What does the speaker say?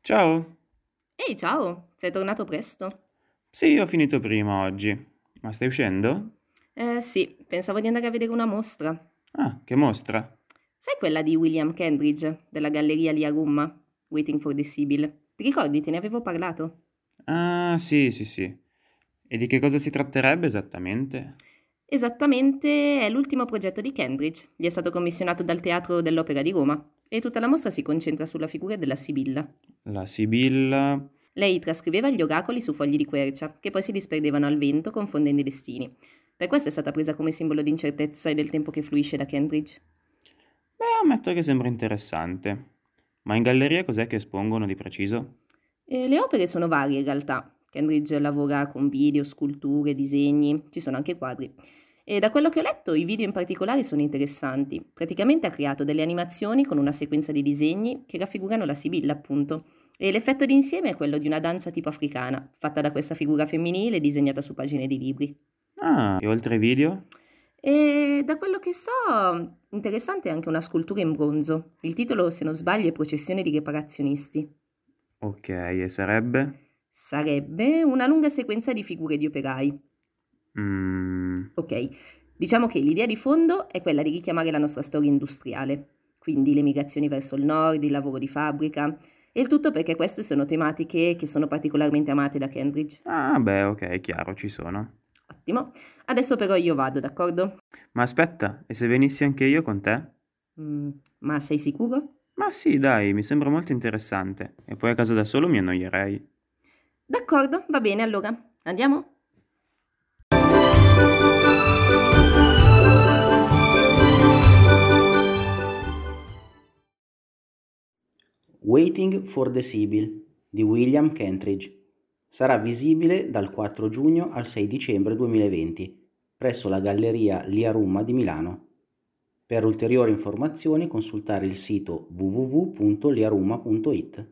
Ciao. Ehi, ciao, sei tornato presto? Sì, ho finito prima oggi. Ma stai uscendo? Eh sì, pensavo di andare a vedere una mostra. Ah, che mostra? Sai quella di William Kendridge, della galleria lì a Roma? Waiting for the Sibyl. Ti ricordi, te ne avevo parlato? Ah, sì, sì, sì. E di che cosa si tratterebbe esattamente? Esattamente, è l'ultimo progetto di Kendridge. Gli è stato commissionato dal Teatro dell'Opera di Roma e tutta la mostra si concentra sulla figura della Sibilla. La Sibilla. Lei trascriveva gli oracoli su fogli di quercia, che poi si disperdevano al vento confondendo i destini. Per questo è stata presa come simbolo di incertezza e del tempo che fluisce da Kendridge. Beh, ammetto che sembra interessante. Ma in galleria cos'è che espongono di preciso? Eh, le opere sono varie in realtà. Kendridge lavora con video, sculture, disegni, ci sono anche quadri. E da quello che ho letto, i video in particolare sono interessanti. Praticamente ha creato delle animazioni con una sequenza di disegni che raffigurano la Sibilla, appunto. E l'effetto d'insieme è quello di una danza tipo africana, fatta da questa figura femminile disegnata su pagine di libri. Ah, e oltre ai video? E da quello che so, interessante è anche una scultura in bronzo. Il titolo, se non sbaglio, è Processione di reparazionisti. Ok, e sarebbe? Sarebbe una lunga sequenza di figure di operai. Mmm, Ok, diciamo che l'idea di fondo è quella di richiamare la nostra storia industriale, quindi le migrazioni verso il nord, il lavoro di fabbrica, e il tutto perché queste sono tematiche che sono particolarmente amate da Cambridge. Ah, beh, ok, chiaro, ci sono. Ottimo. Adesso però io vado, d'accordo? Ma aspetta, e se venissi anche io con te? Mm, ma sei sicuro? Ma sì, dai, mi sembra molto interessante. E poi a casa da solo mi annoierei. D'accordo, va bene allora. Andiamo? Waiting for the Sibyl di William Kentridge. Sarà visibile dal 4 giugno al 6 dicembre 2020 presso la Galleria Lia Rumma di Milano. Per ulteriori informazioni consultare il sito www.liarumma.it.